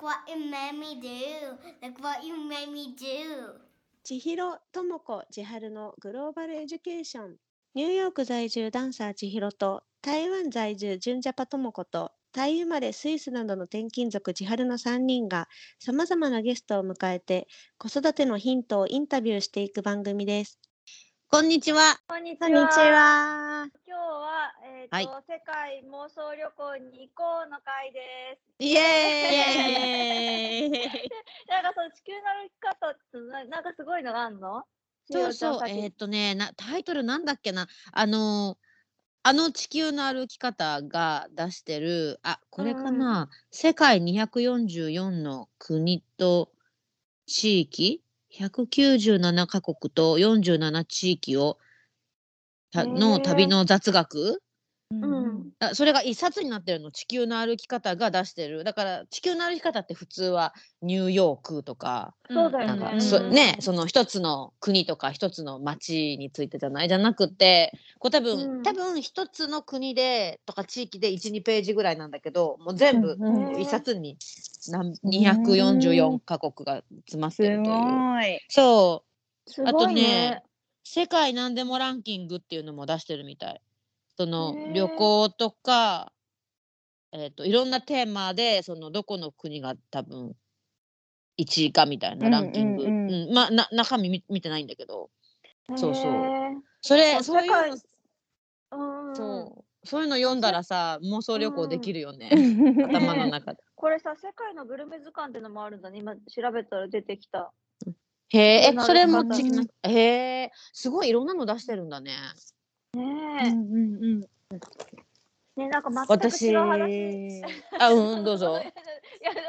what you made me do. Look what you made me do. 千尋智子千春のグローバルエデュケーションニューヨーク在住ダンサー千尋と台湾在住純ジャパ智子とタイ生まれスイスなどの転勤族千春の3人がさまざまなゲストを迎えて子育てのヒントをインタビューしていく番組です。こんにちは。こんにちこは。んにちは。今日は、えーとはい世界妄想旅行に行こうの会です。イエー イ。なんかその地球の歩き方ってななんかすごいのがあんのそうそう、千尋ちゃんえーっ先とねな、タイトルなんだっけな、あのー、あの地球の歩き方が出してる、あ、これかな、世界244の国と地域、197カ国と47地域をたへのー旅の雑学うん。あそれが一冊になってるの、地球の歩き方が出してる。だから、地球の歩き方って普通はニューヨークとか、そうだよなんねか、うんそねその一つの国とか一つの町についてじゃないじゃなくてこう多分、うん多分一つの国でとか地域で12ページぐらいなんだけどもう全部うんうん一冊に何244カ国が詰まっすてるという。ごい。そうすあとごいねね。世界何でもランキングっていうのも出してるみたい。そのへー旅行とか、えー、といろんなテーマでそのどこの国が多分1位かみたいなランキング、うんうんうんうんまあな中身見見てないんだけどそうそうへーそれそうそういうの世うんそうそういうの読んだらさ妄想旅行できるよね、頭の中 で。これさ、世界のグルメ図鑑ってのもあるんだね。今調べたら出てきた。へええそうそれなもんだ地域のへえすごいいろんなの出してるんだね。うんねうんうん。え。ねなんか全く私違う話。あうんどうぞ い。や、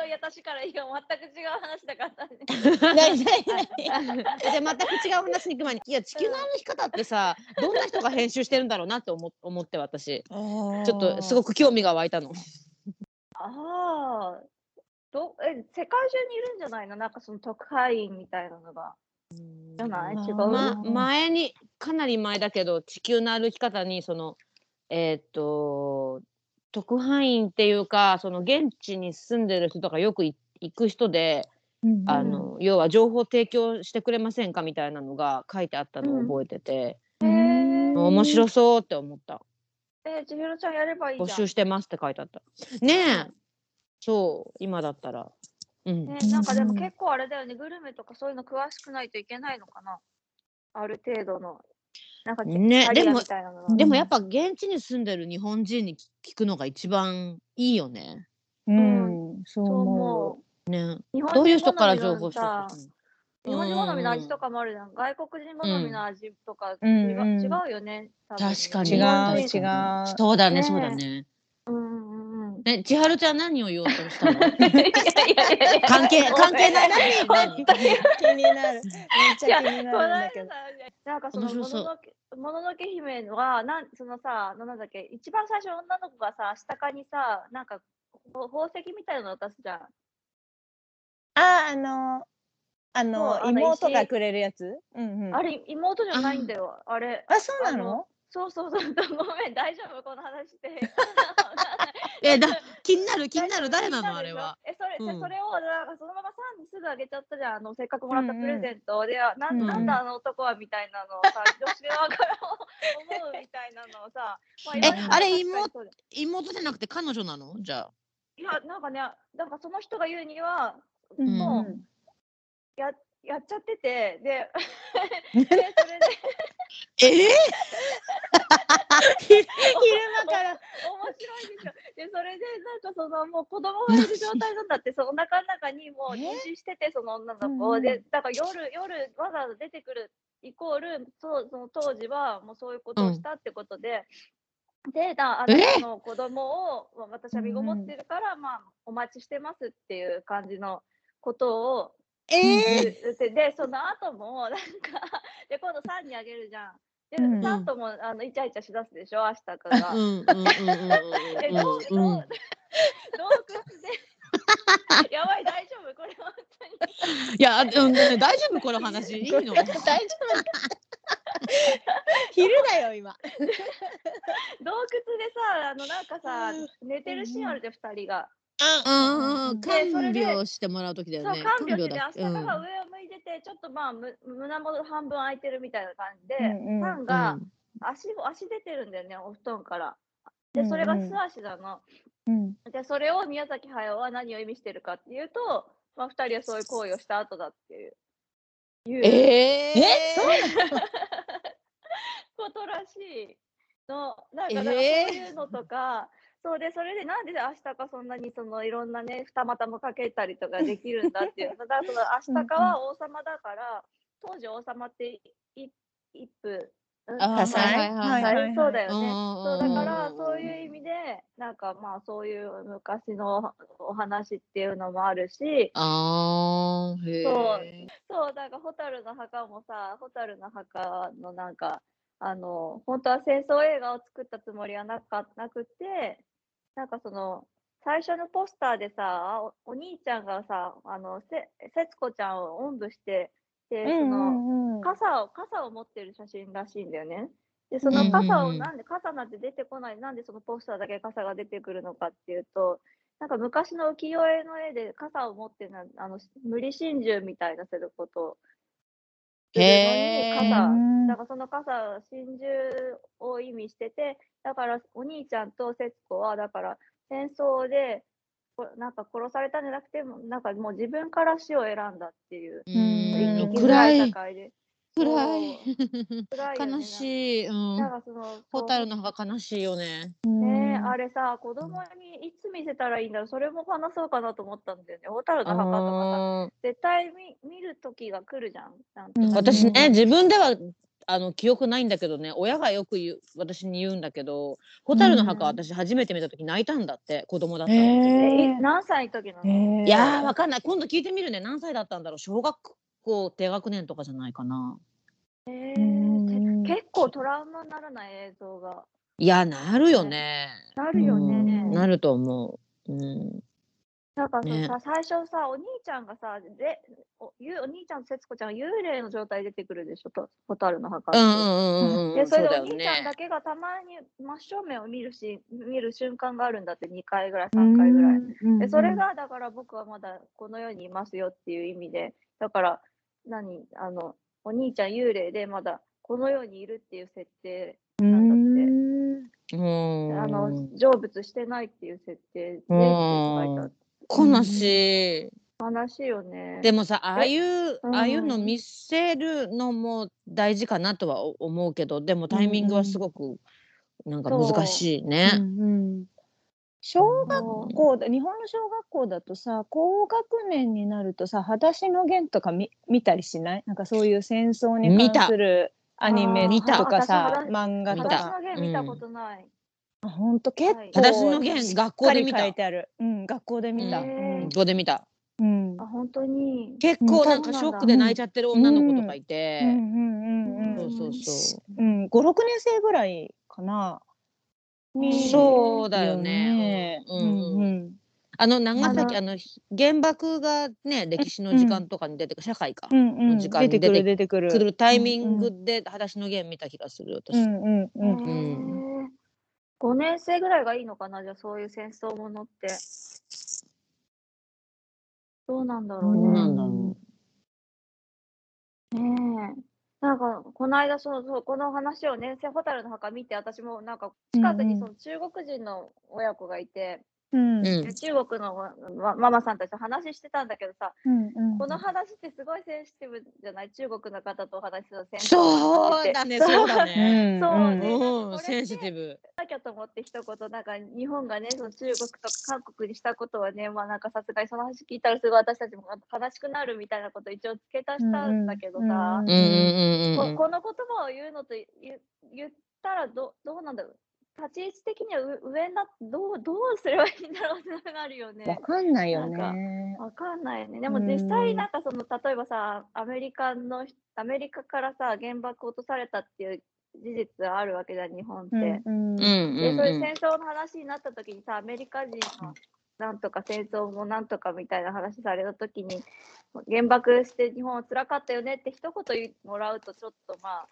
いや私からいいよ。全く違う話だから。ないないない。で全く違う話に行く前に、いや地球の歩き方ってさ、どんな人が編集してるんだろうなって思思って私、ちょちょっとすごく興味が湧いたの。ああ、どえ世界中にいるんじゃないのなんかその特派員みたいなのが。じゃないあー違う。ま、うん前にかなり前だけど地球の歩き方にそのえーっと特派員っていうかその現地に住んでる人とかよくい行く人で、あの要は情報提供してくれませんかみたいなのが書いてあったのを覚えてて、えー、面白そうって思った。えー、千尋ちゃんやればいい募じゃん。集してますって書いてあった。ねえ、そう、今だったら。うん。ね、なんかでも結構あれだよね、グルメとかそういうの詳しくないといけないのかな。ある程度の。なんかねキャリアでもみたいなのはでもやっぱ現地に住んでる日本人に聞聞くのが一番いいよね。うん、そうそう思う思。う。ね日本人どういう人から好みの情報してさ日本人好みの味とか。かもあるじゃん。外国人好みの味とか、うん違ううん違うよね。多分確かに。違う日本人違うそうだねね、えそうだね。うんうんうん。ね、千春ちゃん何を言おうとしたの いやいやいやいや関係、関係ない何何気になる。めっちゃ気になこるなんだいけど。なんかその面白もそのうのけもののけ姫はなんそのさなんだっけ一番最初女の子がさ下かにさなんかほ宝石みたいなの渡すじゃん。あ、あの、あそうあのの妹が石くれるやつ。うんうん。あれ妹じゃないんだよあれ。あ、そうなあのの？そうそうそうごめん大丈夫この話して。 え、だ、気になる、気になる、誰な大丈の夫あれは。。えそれ、うんそれをなんかそのままさんにすぐあげちゃったじゃんあのせっかくもらったうんうんプレゼントで、あなうんんなんだあの男はみたいなのをさ女子側から思うみたいなの をさ。まえ言われたらあれ確かにそうだよ妹じゃなくて彼女なのじゃあ。いや、なんかね、なんかその人が言うには、うんんもうんうややっちゃってて、 で、でそれで、ええ昼間から。面白いでしょ。で、それで、なんかその、もう子供がいる状態なんだって、そのお腹の中にもうえ妊娠してて、その女のうんう子。んで、だから夜、夜、わざわざ出てくるイコール、そうその当時はもうそういうことをしたってことで、で、だあえなたの子供を、まあ私は身ごもってるから、まあ、お待ちしてますっていう感じのことを、ええ言ってでその後もなんかで今度3にあげるじゃん。で、うんその後もあのイチャイチャしだすでしょ明日からうんうんうんで 洞うんうんうん洞洞窟で やばい大丈夫これ 本当にいや、あうんね大丈夫この話。 いいの大丈夫。昼だよ今。洞窟でさあのなんかさ寝てるシーンあるで2人が。うんうん、でそれ看で病してもらう時だそようね。看病してて、足うのんが上を向いてて、ちょっとまあむ胸元半分開いてるみたいな感じで、うんうんファンが足を足出てるんだよね、お布団から。で、それが素足なの。うんで、それを宮崎駿は何を意味してるかっていうと、まあ、二人はそういう行為をした後だっていう。いうえええそうなのことらしいの、なんかだからそうえーいうのとか、そうで、それでなんで明日かそんなにそのいろんなね、二股もかけたりとかできるんだっていう、だからその明日かは王様だから、当時王様って一一夫、うんあー多彩はいはいはいはいはいそうだうんうよね。そんううだんからそういう意味でなんかまあそういう昔のお話っていうのもあるしあーへそうえ。そうなんか蛍の墓もさ蛍の墓のなんかあの本当は戦争映画を作ったつもりはなかなくてなんかその最初のポスターでさおお兄ちゃんがさあのせ節子ちゃんをおんぶしてでうその。んうんうん傘を傘を持ってる写真らしいんだよね。でそうんうんのうん傘をなんで傘なんて出てこないなんでそのポスターだけ傘が出てくるのかっていうとなんか昔の浮世絵の絵で傘を持ってなあの無理心中みたいなすることをするへのーにう傘んだからその傘は心中を意味しててだからお兄ちゃんと節子はだから戦争でこなんか殺されたんじゃなくてもなんかもう自分から死を選んだっていうううんん生きづら暗いい社会で。暗いそう暗いよね悲しい。うなんん。かその、蛍の墓悲しいよね。そうねえ、うんあれさ、子供にいつ見せたらいいんだろう、それも話そうかなと思ったんだよね。蛍の墓とかさ、あー絶対見見る時が来るじゃん。なんてうん私ね自分ではあの記憶ないんだけどね親がよく言う私に言うんだけど「蛍の墓」うん私初めて見た時泣いたんだって子供だったのへええい何歳の時なの、えいやーわかんない今度聞いてみるね何歳だったんだろう小学校低学年とかじゃないかな。えうーんて結構トラウマにならない映像が。いやなるよね。なるよね。うんなると思う。うん、なんかそのねさ、最初さ、お兄ちゃんがさ、でおゆお兄ちゃんと節子ちゃんが幽霊の状態で出てくるでしょ、と蛍の墓うって。んうんうんうんうでんそそうれでだおよ兄ちゃねんだ。けがたまに真正面を見るし見る瞬間があるんだって2回ぐらい3回ぐらい。でそれがだから僕はまだこの世にいますよっていう意味でだから何あのお兄ちゃん幽霊でまだこの世にいるっていう設定なんだってうんあの成仏してないっていう設定でってうん書いてあって悲しい。悲しいよね。でもさああいううんああいうの見せるのも大事かなとは思うけどでもタイミングはすごくなんか難しいね。小学校だ日本の小学校だとさ高学年になるとさ「裸足の弦」とか見見たりしないなんかそういう戦争に見た関するアニメ見たとかあさー漫画と見た私のかゲーム見たことない。ほんと結構はい私の弦しっ学校かでり見書たい。てある、うん、学校で見た、うへー学校で見た。うんうんあ本当に。結構なんかショックで泣いちゃってる女の子とかいうんうて。んうんうそんうそうそう。うん、5、6年生ぐらいかな。にそうだよねよねうんうんあの長崎ああの原爆がね歴史の時間とかに出てくる社会かう。んうん時間に出てくる出出てくる。来るタイミングで裸足の弦見た気がするう私。んうへんうん。ー5年生ぐらいがいいのかなじゃあそういう戦争ものって。どうなんだろどううねな。んだろねえなんかこの間そうそうこの話をね「せ蛍の墓」見て私もなんか近くにその中国人の親子がいて、うう。うんうんんで中国のわわママさんたちと話してたんだけどさ、うん。この話ってすごいセンシティブじゃない中国の方とお話しする戦争そうだね、そうだうね。ん。そううんねうん、なんかこれってセンシティブ。なきゃと思って一言なんか日本がねその中国とか韓国にしたことはねまあなんかさすがにその話聞いたらすごい私たちも悲しくなるみたいなこと一応付け足したんだけどさ、うんうんうんうんうこん。この言葉を言うのと言言ったらどどうなんだろう立ち位置的にはう上などうどうすればいいんだろうってのがあるよわね。かんないよなね。わかんないよね。でも実際なんかその例えばさアメリカの人アメリカからさ原爆落とされたっていう事実があるわけじゃん日本って。うんうんうんうんでそうういうん戦争の話になった時にさアメリカ人のなんとか戦争もなんとかみたいな話された時に原爆して日本辛かったよねって一言言ってもらうとちょっとまあ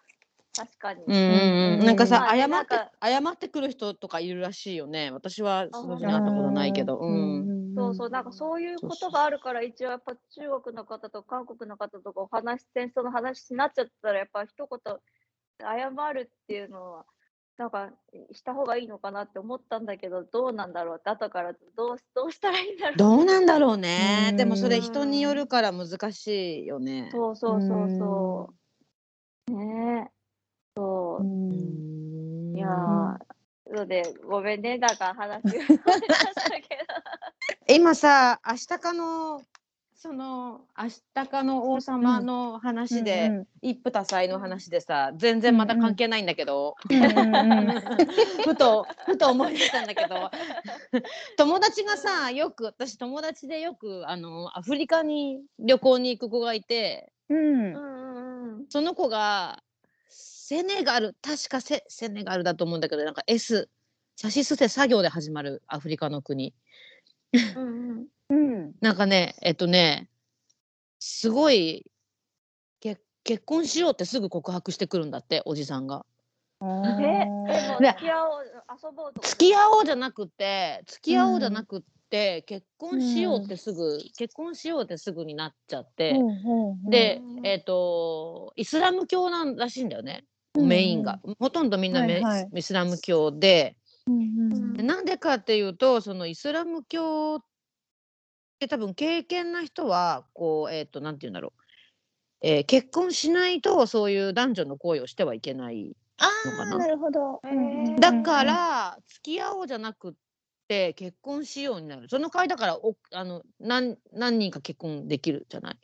確かに。うんうんうんなんかさま謝あねっなんてか謝ってくる人とかいるらしいよね私はそういうふうになったことないけどううんんそうそう、なんかそういうことがあるから、一応やっぱ中国の方と韓国の方とかお話し、戦争の話になっちゃったら、やっぱ一言、謝るっていうのは、なんかした方がいいのかなって思ったんだけど、どうなんだろうって、後からどうどうしたらいいんだろう。どうなんだろうね。でもそれうん人によるから難しいよね。そうそうそうそう。ねえ。そううう。んんいやー、そうで、ごめんね、だから話がそれましたけ今さ、明日かのその明日かの王様の話で、うん一夫多妻の話でさ、全然また関係ないんだけど、うんうんふとふと思い出したんだけど 友達がさよく私友達でよくあのアフリカに旅行に行く子がいてうん ど。うんうんうん。その子がセネガル確かセセネガルだと思うんだけどなんか S 写し捨て作業で始まるアフリカの国うんうん。うんなんかねえっとねすごい結結婚しようってすぐ告白してくるんだっておじさんが。え、でもね付き合おう、遊ぼうとか。付き合おうじゃなくて付き合おうじゃなくって、結婚しようってすぐ、結婚しようってすぐになっちゃって、でうんえっ、とイスラム教なんらしいんだよね、メインがほとんどみんなメ、はいはいイスラム教でうんでなんでかっていうとそのイスラム教って多分経験な人はこうえっ、となんて言うんだろう、えー結婚しないとそういう男女の行為をしてはいけないあのかあななるほどへーだから付き合おうじゃなくって結婚しようになるその代わりだからおあの何何人か結婚できるじゃない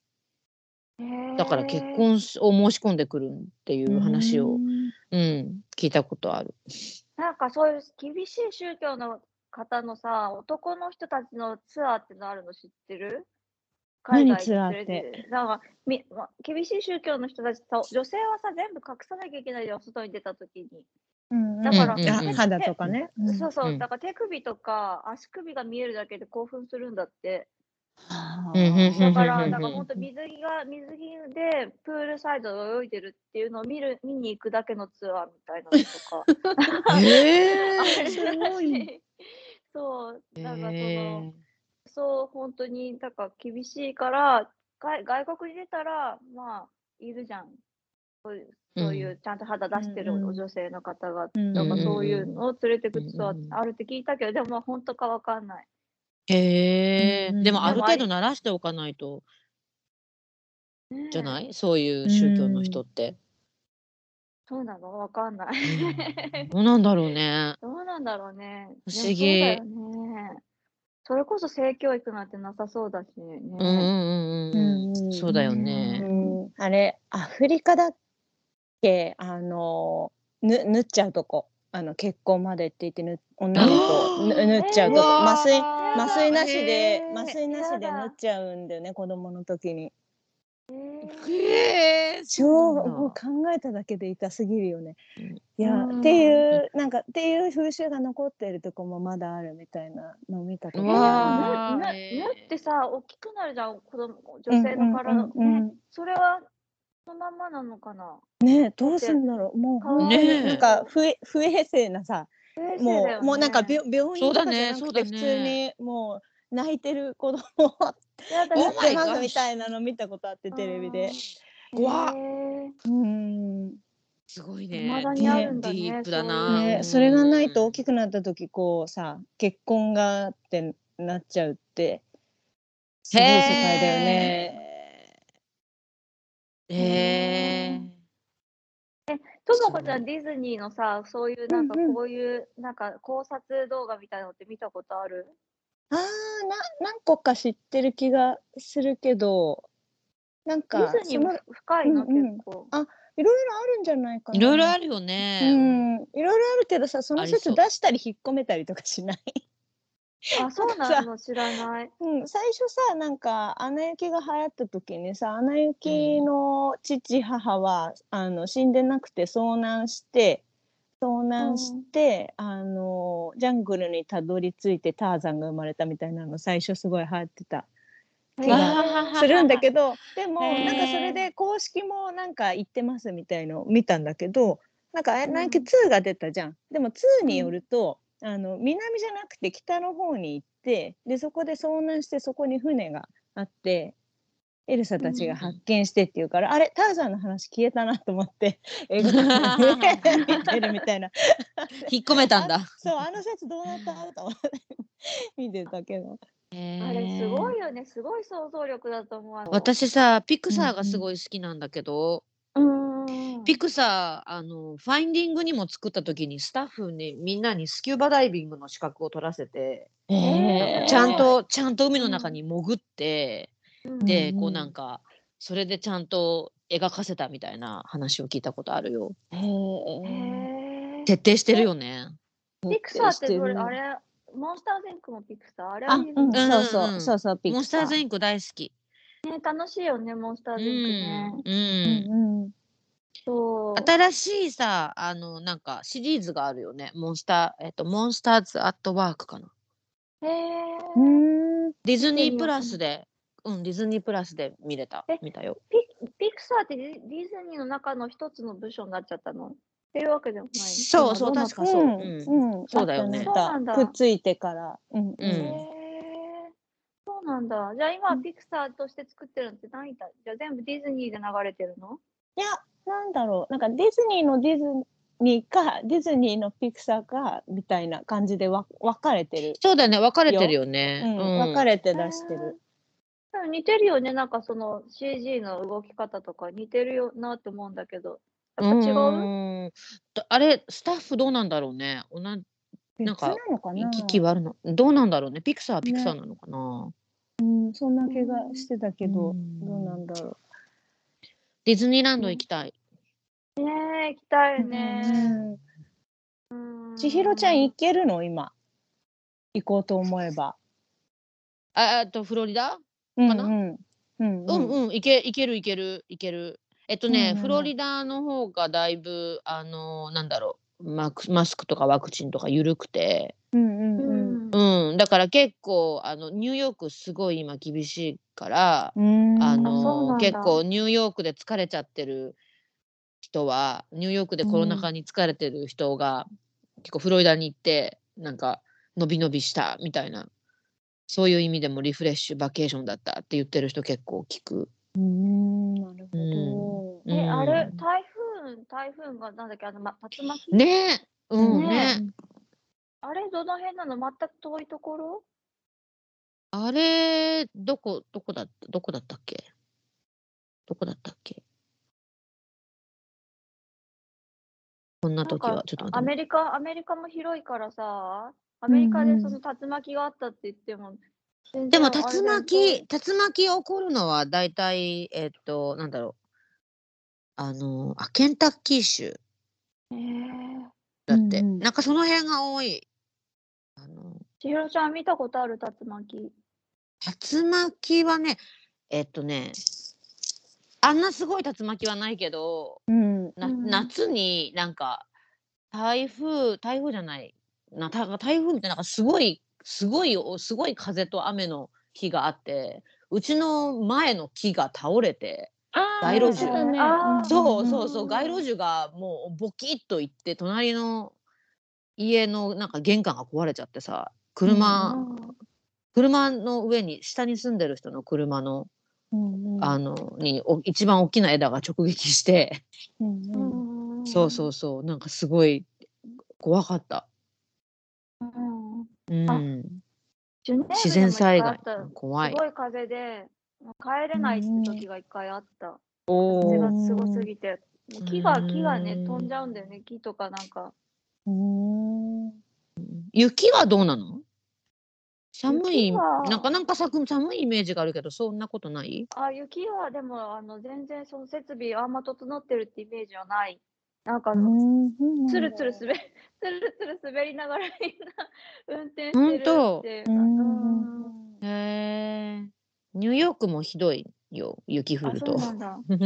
だから結婚しを申し込んでくるっていう話を、うん聞いたこと ある。なんかそういう厳しい宗教の方のさ、男の人たちのツアーってのあるの知ってる海何外ツアーに連れてなんかみま厳しい宗教の人たちさ、女性はさ、全部隠さなきゃいけないじゃん、外に出たときに。だから、うんうんうん手肌とかね手そうそう、うんだから手首とか足首が見えるだけで興奮するんだって。うんだから、うんなんか本当水着が、水着でプールサイドで泳いでるっていうのを見る、見に行くだけのツアーみたいなのと か。えあーれすごい。そう、 なんかその、えそう、本当に、だから厳しいから、外外国に出たら、まあ、いるじゃん。ーそういう、ちゃんと肌出してるうんうんお女性の方が。うんなんかうんそういうのを連れてくツアうんうんーあるって聞いたけど、でもまあ本当かわかんない。へうんうーんでもある程で度慣らしておかないとじゃいないそういう宗教の人って。そうなのわかんない。うんどうなんだろう ね。どうなんだろうね。不思議でもそうだよね。それこそ性教育なんてなさそうだしね。うんうんうんうん、そうだようね。んあれアフリカだっけあのぬ縫っちゃうとこあの結婚までって言ってぬ女の子ぬ縫っちゃうとこわー麻酔やだ麻酔なしへでー麻酔なしでやだ縫っちゃうんだよね子供の時にえー超そうなんだもう考えただけで痛すぎるよねうんいやうんっていうなんかっていう風習が残ってるとこもまだあるみたいなの見たことうあわなーなえーなってさ大きくなるじゃん子供る女性の体、うんうんうんねそれはそのまんまなのかなねえどうすんだろうもう本当ねえになんか不衛不衛生なさ衛生だもようねもうなんか病病そ院うとだかじねゃなそくうだてね普通にもう泣いてる子供を やだお縫やっだ my てま gosh すみたいなの見たことあってテレビで怖っへえうんねすごい未ね。だにあるんだねディープだあな。ーそれがないと大く。きくなった時こうさ結婚がってなっちゃうってすごい世界だよね。へーともこちゃんディズニーのさそういうなんかうんうんこういうなんか考察動画みたいなのって見たことあるあーな何個か知ってる気がするけどなんデかィズニーもその深いの、うんうん結構いろいろあるんじゃないかな。いろいろある、るようね。ん、いろいろあるけどさそあのりそう説出したり引っ込めたりとかしない あそうなの知らないうん、最初さなんか「アナ雪」が流行った時にさ「アナ雪」の父母は、あの死んでなくて遭難して遭難して、あのジャングルにたどり着いてターザンが生まれたみたいなの最初すごい流行ってた気わがはは するんだけどでも へーなんかそれで公式もなんか言ってますみたいのを見たんだけどなんか「アナ雪2」が出たじゃん。でも2によると、あの南じゃなくて北の方に行ってでそこで遭難してそこに船があってエルサたちが発見してっていうから、あれターザンの話消えたなと 思って映画館で見てるみたいな引っ込めたんだ。そうあの説どうなったと思って見てたけどあれすごい。いよね、すごい想像力だと思うあの。私さ、ピクサーがうんうんすごい好きなんだけど、うんうんうん。ピクサー、あの、ファインディングにも作った時に、スタッフにみんなにスキューバダイビングの資格を取らせて、えーちゃんと、ちゃんと海の中に潜って、で、こうなんか、か、それでちゃんと描かせたみたいな話を聞いたことあるよ。えへーえ。徹底してるよね。ピクサーってそれ徹底してるあれ、モンスターズインクもピクサーあれあ、はういいん、よねそううんうんそうう、んそうそう、ピモンスターズインンク大好き。ね楽しいよね、モンスターうズインクねん。。うク。ん。うん、うん、そう。新しいさ、あの、なんかシリーズがあるよね。モンスター、えっと、モンスターズ・アット・ワークかな。へえ。うーん、ディズ見てみニようープラスで、うん、ディズニープラスで見れたえ、見たよ。ピクサーってディディズニーの中の一つの部署になっちゃったのっていうわけでもないの。そうそう、今ど確かそう。うん。ん、そうだよねあったそうなんだくっついてから、うん、うんへえ。そうなんだ。じゃあ今ピクサーとして作ってるのって何だじゃあ全部ディズニーで流れてるのいや、なんだろう、なんかディズニーのディズニーか、ディズニーのピクサーかみたいな感じでわ分かれてる、そうだよね、分かれてるようねん。、うん分かれて出してへる。ー。でも似てるよね。なんかその CG の動き方とか似てるよなって思うんだけど。やっぱ違うう、ーんとあれスタッフどうなんだろうね同じなん別かなのかな行き来はあるのどうなんだろうねピクサーはピクサーねなのかな、うん、そんな気がしてたけど、うんどうなんだろ。ディズニーランド行きたい、ねえ、行きたいうね。うん千尋ちゃん行けるの今行こうと思えば。ああとフロリダうんかなうんうんうんんうん行け行ける行ける行けるえっとうねん、うんフロリダの方がだいぶあのなんだろうマクマスクとかワクチンとか緩くて、うんうん。うんうん、だから結構あのニューヨークすごい今厳しいから、うんあそうのなんだ結構ニューヨークで疲れちゃってる人はニューヨークでコロナ禍に疲れてる人が、結構フロリダに行ってなんかのびのびしたみたいなそういう意味でもリフレッシュバケーションだったって言ってる人結構聞く。うんなるほうえ、んあれ、台風、台風がなんだっけ、あの、ま、竜巻ねえうんねねあれ、どの辺なの全く遠いところあれどこどこだったどこだったっけどこだったっけこんな時なんはかちょっとア待ってねメリカ、アメリカも広いからさ、アメリカでうんうんその竜巻があったって言っても、全でも然あれ竜だよ巻、竜巻起こるのは大体、えっと、なんだろう。あの、あ、ケンタッキー州へーだって、うんうんなんかその辺が多い。あの、千尋ちゃん見たことある竜巻。竜巻はね、えっとね、あんなすごい竜巻はないけど、ど。うんなうん夏になんか、台風、台風じゃない、なた台風みたいな、なんかすごい、すごい、おすごい風と雨の日があって、うちの前の木が倒れて、街路樹言ってたねあーそううんそうそう街路樹がもうボキッといって隣の家のなんか玄関が壊れちゃってさ車、うん車の上に下に住んでる人の車の,、うんうんあのにお一番大きな枝が直撃して、うんうんうんそうそうそうなんかすごい怖かった、うん。うんうん、ジュネーブでも自然災害一回あった怖いすごい風で、もう帰れないって時が一回あった。風おがーすごすぎて。もう木が、うん木がね、飛んじゃうんだよね、木とかなんか。うん雪はどうなの寒い雪はなかなかさ寒いイメージがあるけどそんなことないあ、雪はでも、あの、全然その設備あんま整ってるってイメージはない。なんかあの、うんつるつる滑り、 つるつる滑りながらみんな運転してるほんとっていううか。うんんへえ。ニューヨークもひどいよ、雪降あ、るそうと。なんだ。うん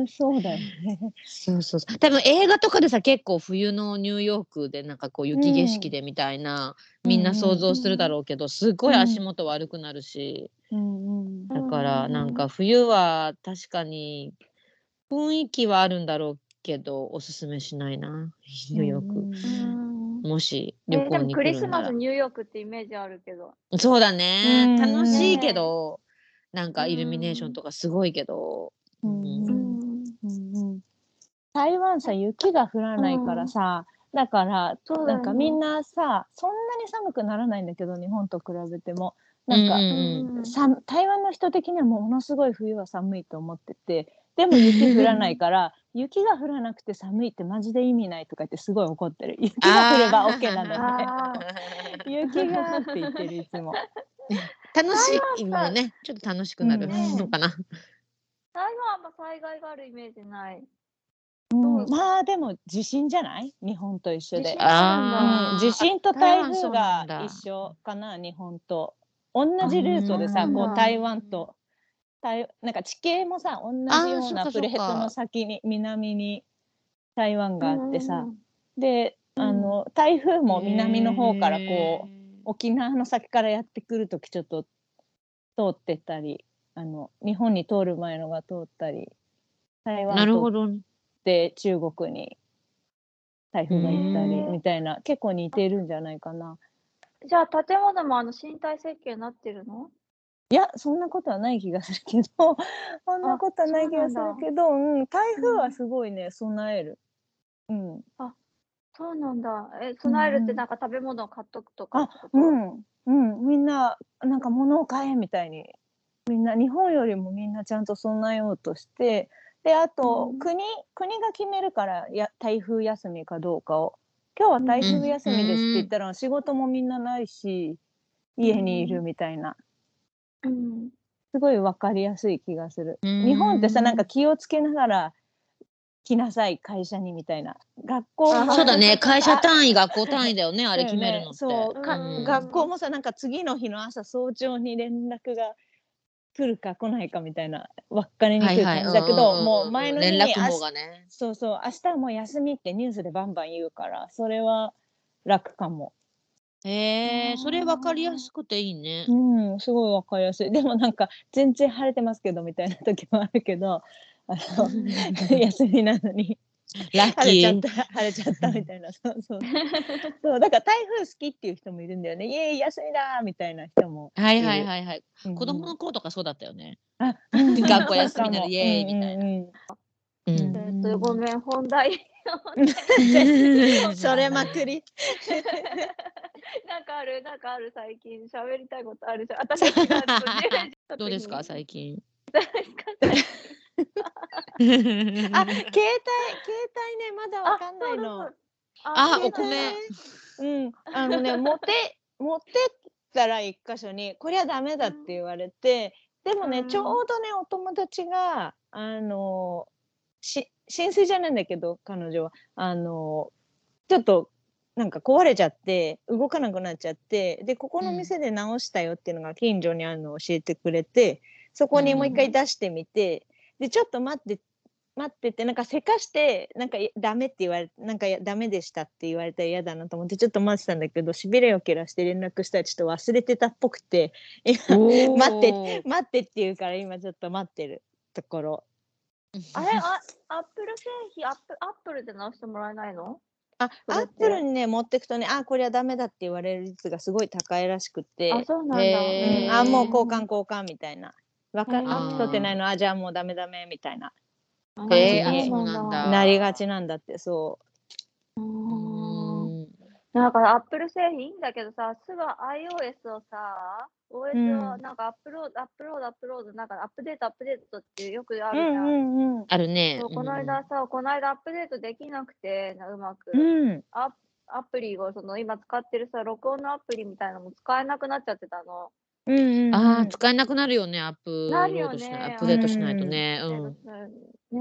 うんそうだよね。そうそうそう。多分映画とかでさ、結構冬のニューヨークでなんかこう雪景色でみたいな、みんな想像するだろうけど、すごい足元悪くなるし、うんうんだからなんか冬は確かに雰囲気はあるんだろうけど、おすすめしないな、ニューヨーク。うん。もしえ旅ーで行もにク来リるスなマらス、ニューヨークってイメージあるけど。そうだねうん楽しいけどなんかイルミネーショうンんとかすごいけど、うんうんうんうん台湾さ雪が降らないからさ、だからそうだなよねんかみんなさそんなに寒くならないんだけど日本と比べてもなんか、うさ台湾の人的にはもうものすごい冬は寒いと思っててでも雪降らないから 雪が降らなくて寒いってマジで意味ないとか言ってすごい怒ってる雪が降れば OK なんだよねあー 雪がって言ってるいつも。楽しいもんねちょっと楽しくなるうんのかな、台湾はあんま災害があるイメージない。うんまあでも地震じゃない日本と一緒地で震。あうーん、地震と台台湾そ風うながんだ一緒かな日本と同じルートであさーこう台湾と台なんか地形もさ同あーじようそっかそなっかプレートの先に南に台湾があってさうんであの台風も南の方からこう沖縄の先からやってくる時ちょっと通ってたりあの日本に通る前のが通ったり台な湾るとほどねって中国に台風が行ったりうんみたいな結構似てるんじゃないかな。じゃあ建物もあの身体設計になってるのいやそんなことはない気がするけどそんなことはない気がするけどうん台風はすごいね備える。うんそうなんだ。え、備えるっうんうてんなんか食べ物を買っとくとかあってこと。うんうんみんななんか物を買えみたいにみんな日本よりもみんなちゃんと備えようとしてであと、うん国国が決めるからや台風休みかどうかを今日は台風休みですって言ったら、仕事もみんなないし家にいるみたいなうん。すごい分かりやすい気がする。日本ってさなんか気をつけながら来なさい会社にみたいな学校あもそうだ ねなんか会社単位学校単位だよねあれだ決よねめるのって、そうか、うん学校もさなんか次の日の朝早朝に連絡が来るか来ないかみたいな分かりにくい感じだうんうけど、んうんもう前の日に連絡あ網しがねそうそう明日はもう休みってニュースでバンバン言うからそれは楽かも。えー、それ分かりやすくていいねう。んすごい分かりやすいでもなんか全然晴れてますけどみたいな時もあるけどあ の休みなのに。ラッ晴れキちゃっー。た晴れちゃったみたいなそう そうそうだから台風好きっていう人もいるんだよねイエーイ休みだーみたいな人もはいはいはいはい。うん子供の頃とかそうだったよね。あ学校休みならイエーイみたいななうんえっとごめん本題。 んそれま くりなんかあるなんかある最近喋りたいことあるじゃん。私たちがどうですか最近。 あ携帯携帯ねまだわかんないのあ携お帯米ねうんあのね持って持ってったら一箇所にこりゃダメだって言われてでもうねんちょうどねお友達があのし浸水じゃないんだけど彼女はあのちょっとなんか壊れちゃって動かなくなっちゃってでここのうん店で直したよっていうのが近所にあるのを教えてくれてそこにもう一回出してみて、でちょっと待って待っててなんかせかしてなんかいダメって言われなんかやダメでしたって言われたら嫌だなと思ってちょっと待ってたんだけどしびれを切らして連絡したらちょっと忘れてたっぽくて今待ってて。待ってって言うから今ちょっと待ってるところあれあアップル製品アップアップルで直してもらえないの？あそアれっッてプルにね持ってくとねあこれはダメだって言われる率がすごい高いらしくてあそうなんだ。へーうん、あもう交換交換みたいな。わかうんあ取ってないのあじゃあもうダメダメみたいなあ感じにえー、あそうなんだ。なりがちなんだってそううん。なんかアップル製品だけどさ、すぐ iOS をさ、OS をなんかアップロード、アップロード、アップロード、なんかアップデート、アップデートってよくあうるじゃん。んうんあるね。そうこの間さ、この間アップデートできなくて、なうまく。うんうんアアプリをその今使ってるさ、録音のアプリみたいなのも使えなくなっちゃってたの。うんうんうんああ使えなくなるよねアップロードしない、なるよねアップデートしないとね。う。うん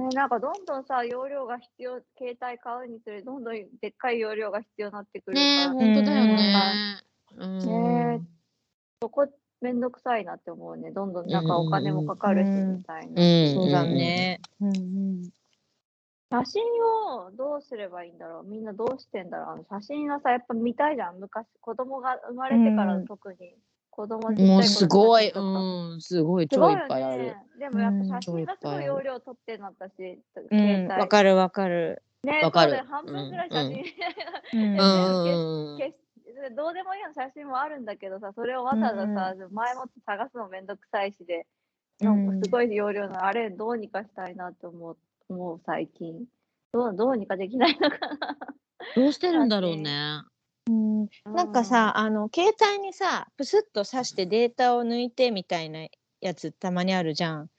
ね、なんかどんどんさ、容量が必要、携帯買うにつれ、どんどんでっかい容量が必要になってくるねえから、本当だよねね。うんねめんどくさいなって思うね。どんどんなんかお金もかかるし、うんみたいな。んそうだ。ね。うんうん。写真をどうすればいいんだろうみんなどうしてんだろうあの写真はさ、やっぱ見たいじゃん。昔、子供が生まれてからうん特に。子供はうんもうちすっちゃい頃ごいうの写真とかんすごいす超ごいいっよぱいあるね。でもやっぱ写うん超い真っぱがいすごい容量取ってんのだし、携うん、帯。わかるわかる。ねわかそるうだよ半分ぐらい写真、うんううんん消しどうでもいいような写真もあるんだけどさそれをわざわざさ、前もって探すのめんどくさいしでなんかすごい容量のあれどうにかしたいなって思う思う最近どうどうにかできないのかな。どうしてるんだろうね。うんなんかさ、あの携帯にさプスッと挿してデータを抜いてみたいなやつたまにあるじゃん。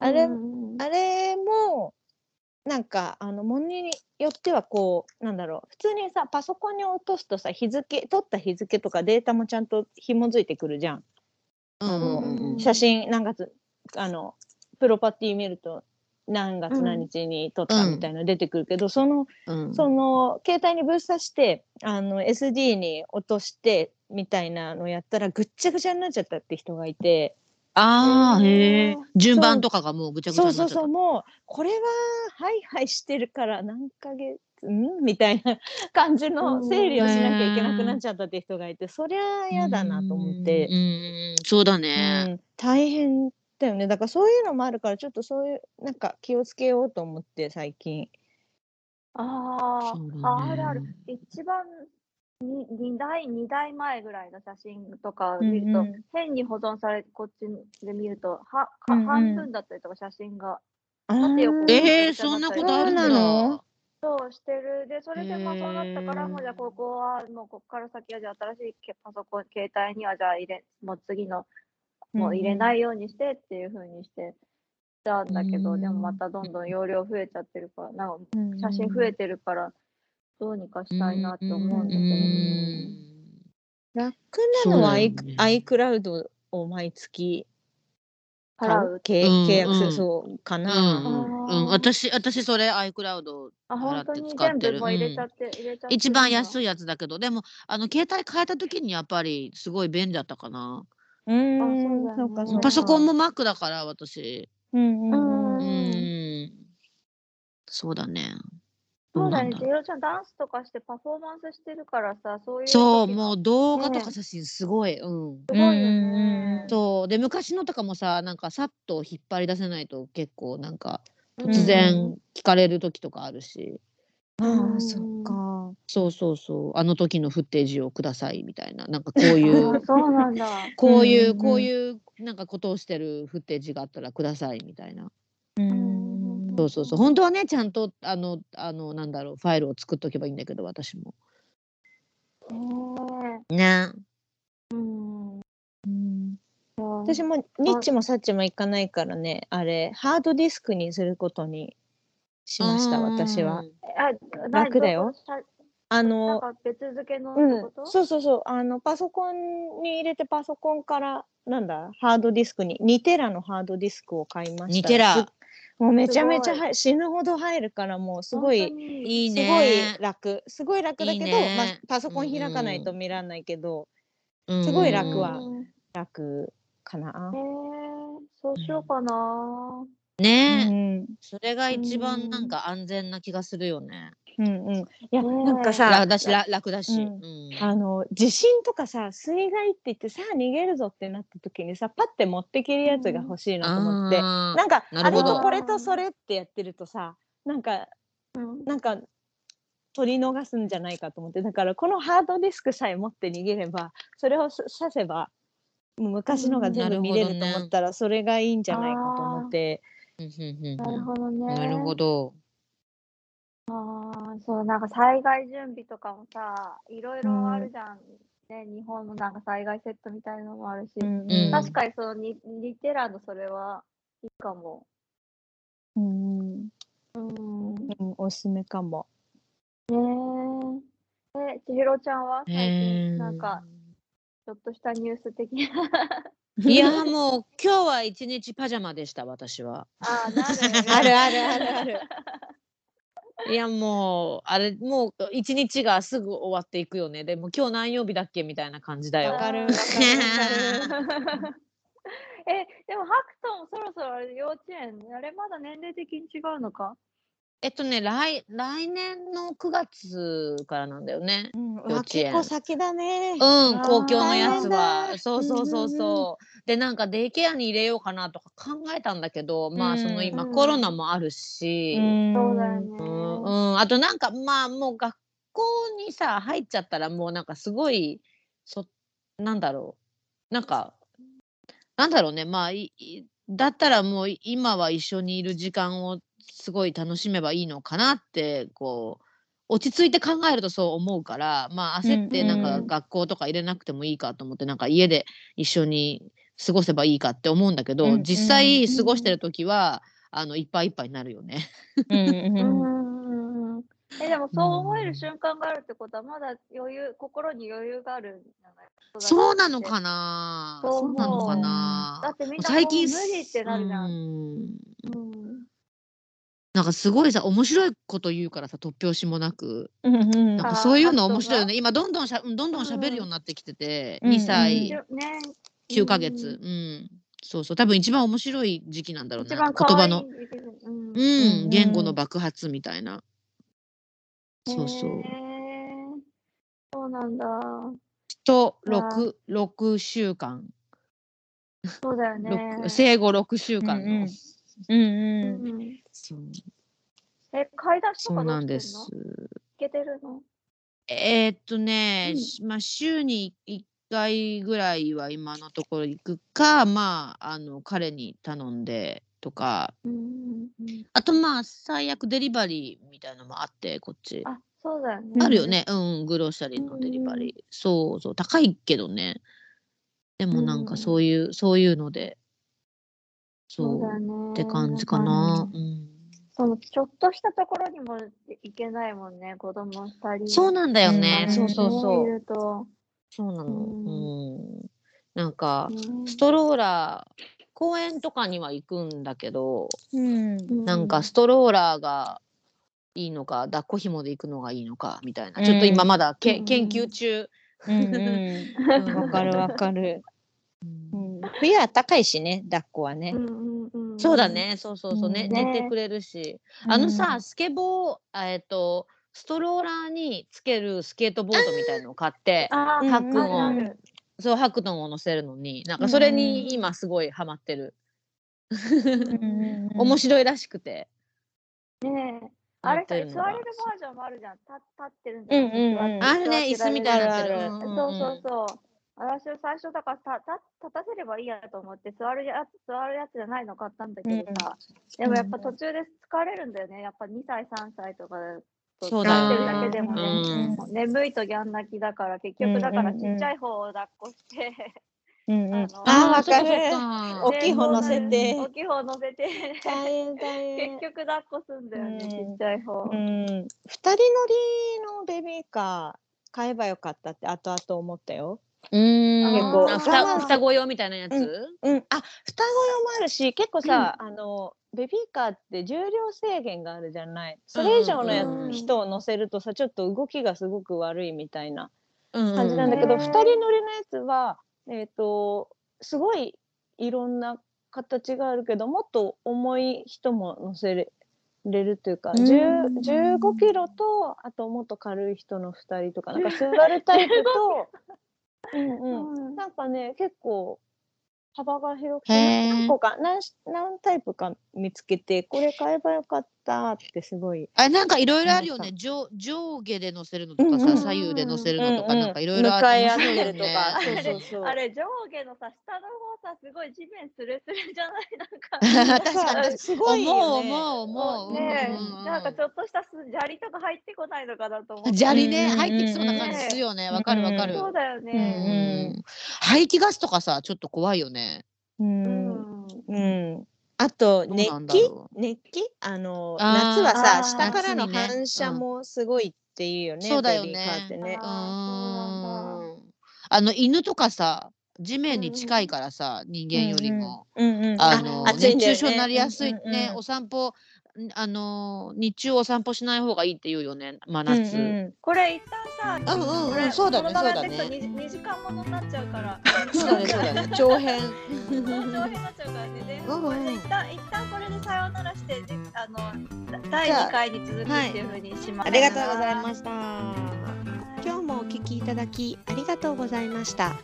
あれ,、うんあれもなんかあのものによってはこうなんだろう普通にさパソコンに落とすとさ日付取った日付とかデータもちゃんと紐づいてくるじゃん。うんうんうん写真何月あのプロパティ見ると何月何日に撮ったみたいなの出てくるけど、そのうん。その携帯にぶっ刺してあの SD に落としてみたいなのやったらぐっちゃぐちゃになっちゃったって人がいてああ、へえそう。順番とかがもうぐちゃぐちゃそうになそっうちゃそうっもうこれははいはいしてるから何ヶ月んみたいな感じの整理をしなきゃいけなくなっちゃったって人がいてそりゃた。嫌だなと思っうんて、うんうん、そうだね。うん、大変だよねだからそういうのもあるからちょっとそういうなんか気をつけようと思って最近。あそうだーねあ、あるある。一番に二台二台前ぐらいの写真とか見ると、うんうん変に保存されこっちで見るとはか、うんうん半分だったりとか写真があ縦横ーええ、そんなことあるんだ。そうなのそうしてるでそれでまあへーそうなったからもうじゃあここはもうここから先はじゃあ新しいけパソコン携帯にはじゃあ入れもう次のもう入れないようにしてっていう風にしてたんだけど、うんでもまたどんどん容量増えちゃってるからなんかうん写真増えてるからどうにかしたいなって思うんだけうど、ねん楽そうだなのよはね i- iCloud を毎月買払うう。契うん契約すうんるそうかうな。んうん、あー私私それ iCloud あ払本っ当てに使っ全て部るもう入れちゃうっんて、入れちゃって一番安い。いやつだけどでもあの携帯変えた時にやっぱりすごい便利だったかなうーんあそそううだかよねそうか。パソコンも Mac だから私うんううんううん。んんそうだねどそううだなんねだ。ろいうろちゃんダンスとかしてパフォーマンスしてるからさそういうそう時のもう動画とかね写真すごい、うんすごいようんうんうねん。そうで昔のとかもさなんかさっと引っ張り出せないと結構なんかうん突然聞かれる時とかあるし、ああそっか。そうそうそうあの時のフッテージをくださいみたいななんかこういあうー そうなんだ。こういううんこういうなんかことをしてるフッテージがあったらくださいみたいなうんそうそうそう本当はねちゃんとあのあのなんだろうファイルを作っとけばいいんだけど私もねねえうん。うん私私ももニッチもサッチも行かないからねあれハードディスクにすることにしました私は。あ楽だなよ。どこなあんのか別付けのってうこん、と？そうそうそうあのパソコンに入れてパソコンからなんだハードディスクに2テラのハードディスクを買いました2テラすもうめちゃめちゃすごい入死ぬほど入るからもうすご本い当にいいすごねい楽すごい楽だけどいいねまあ、パソコン開かないと見らんないけど、すすごい楽はうん楽かなへえ、そうしようかな。ね、うんそれが一う番んなんか安全な気がするよね。うんうんいやねえなんかさ楽だしら楽だし。ううんんあの地震とかさ水害って言ってさあ逃げるぞってなった時にさパッて持ってきるやつが欲しいなと思って、あーなんかなあるれほどとこれとそれってやってるとさなんかうんなんか取り逃すんじゃないかと思ってだからこのハードディスクさえ持って逃げればそれをす刺せばもう昔のが全う部ん見れると思ったら、それがいいんじゃないかと思ってうんうんうんなるほどうね。んなるほど。あーそうなんか災害準備とかもさ、いろいろあるじゃん。ね、日本のなんか災害セットみたいなのもあるし、うんうん確かにそのニニテラのそれはいいかも。うんうんうん。ねおすすめかも。え。え、千尋ちゃんは最へ近ーなんかちょっとしたニュース的な。いやもう今日は一日パジャマでした私は。ああ、なるよね。 あるあるあるある。いやもうあれもう一日がすぐ終わっていくよね。でも今日何曜日だっけみたいな感じだよわ。かるあーわかるわかるえ、でもハクトンそろそろあれ幼稚園あれまだ年齢的に違うのか えっとね来来年の9月からなんだよね。うん、幼わ稚園結構先だね。うんー公共のやつ大変はだそうそうそううんうんそう。でなんかデイケアに入れようかなとか考えたんだけどまあその今うんコロナもあるし。そうだよね。うんうん、あとなんかまあもう学校にさ入っちゃったらもうなんかすごいそなんだろうなんかなんだろうねまあいいだったらもう今は一緒にいる時間をすごい楽しめばいいのかなってこう落ち着いて考えるとそう思うからまあ焦ってうんなうんんか学校とか入れなくてもいいかと思ってなんか家で一緒に過ごせばいいかって思うんだけど、うんうん実際過ごしてる時は、あのいっぱいいっぱいになるよね。うんううんんうんえでもそう思える瞬間があるってことはまだ余裕心に余裕があるんじゃないそうなのかなそうそ思ううなのかだなってみんな最こう近無理ってなるじゃ。うんんうんなんかすごいさ面白いこと言うからさ突拍子もなくうんうんなんかあーそういうのあとが面白いよね今どんどんしゃうんどんどんうんう喋んるようになってきてて、うん2う歳んね、 9ヶ月うん、そうそう多分一番面白い時期なんだうろんうね一なん番か言可葉愛いの時期うんうへうんんうん言語の爆発みたいな、ーそうそうそうなんだとわあ6六週間、そうだよね六生後6週間の、うんうんううんんそうえ買い出しとそうかどなうんしてでんすのいけてるのえーっとね、うんしまあ、週に1回ぐらいは今のところ行くか、まあ、あの彼に頼んでとか、うんうんあとまあ、最悪デリバリーみたいのもあって、こっち。ああそうだよねあるよね、うん、グローシャリーのデリバリー。そうそう、高いけどね。でもなんうかんそういう、そういうので、そうそだよう、ねって感じかななんか。うんそのちょっとしたところにも行けないもんね子供二人そうなんだよね、うんそうそうそうい。るとそうなの。うんうん。なんか、ねストローラー、公園とかには行くんだけど、うんなんかストローラーがいいのか、抱っこ紐で行くのがいいのか、みたいな。ちょっと今まだけ、うん研究中。うんうんうんわかるわかる。うんうん冬は高いしね、抱っこはねう。んうんんそうだね、そうそうそう、ねうん寝ねてくれるし。あのさ、スケボー、あえっと、ストローラーにつけるスケートボードみたいのを買って、あーうんうん、パックンをあるそう、ハクトンを乗せるのに、なんかそれうんに今すごいハマってる。うんうん面白いらしくて。あるねえあれさ座やれってるるのバがージョンもあるじゃん立立ってるんじゃなくてうんうんうんあるね、椅座っ子てみたいにるなってる。あるあるんんそうそうんそう。私は最初だからたた立たせればいいやと思って座るやつ座るやつじゃないの買ったんだけどさ、でもやっぱ途中で疲れるんだよねやっぱ2歳3歳とかだとそう立だってねるだけでもね、うんもう眠いとギャン泣きだから結局だからうんちうんうんっちゃい方を抱っこして、うんうんあのあー、あーわわかかる。るそっ大かきい方乗せて大きい方乗せて大変大変結。局抱っこすんだよね、うんちっちゃい方、うん、二人乗りのベビーカー買えばよかったって後々思ったよ。うーん。結構あふた我慢双子用みたいなやつ、うん、あ双子用もあるし結構さ、あのベビーカーって重量制限があるじゃないそれ以上のやつ、うん人を乗せるとさちょっと動きがすごく悪いみたいなうん感じなんだけど、うん二人乗りのやつは、えっとすごいいろんな形があるけどもっと重い人も乗せれれるというか、うん10 15キロとあともっと軽い人の2人とかなんか座るタイプと。うんうんうんなんかね、結構幅が広くへて、ー何個か、何し何タイプか見つけて、これ買えばよかったってすごい。あなんかいろいろあるよねう上上下で乗せるのとかさ、うんうん左右で乗せるのとか、うんうんなんかいろいろあ向ってかい面合っ白いてよるとねか、うんそうそうそう。あれ上下のさ下の方さすごい地面スレスレじゃないなんか 確かになんすごいよ、ね。思う思う思う、ねえ、うんうんなんかちょっとしたす砂利とか入ってこないのかなと思って。砂利うんねうんうん入ってきそうな感じするよねわかるわかる、そうだようね。ん排気ガスとかさちょっと怖いよね。う。うんん。うん。あとどう熱なんだ気ろ熱気あのあー夏はあさー下から夏のにね反射もすごいっていうよね、そうだよベねビーカーってね。あーそううんあの犬とかさ地面に近いからさ、人間よりも、うんうん、あの暑いん熱だよ中ね症になりやすいね、うんうんうんお散歩あの日中お散歩しない方がいいって言うよね真うん夏。うんこれ一旦さ、うんうんうんこれそうだねこのままやってそうだくとね2時間ものになっちゃうから、そうだねそうだね長編。上辺になっちゃうからね。で、うんうんこれで一旦一旦これでさようならして、であの第二回に続くっていう風にします。ありがとうございました。今日もお聞きいただきありがとうございました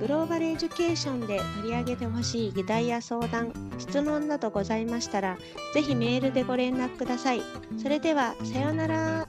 グローバルエデュケーションで取り上げてほしい議題や相談質問などございましたらぜひメールでご連絡くださいそれではさようなら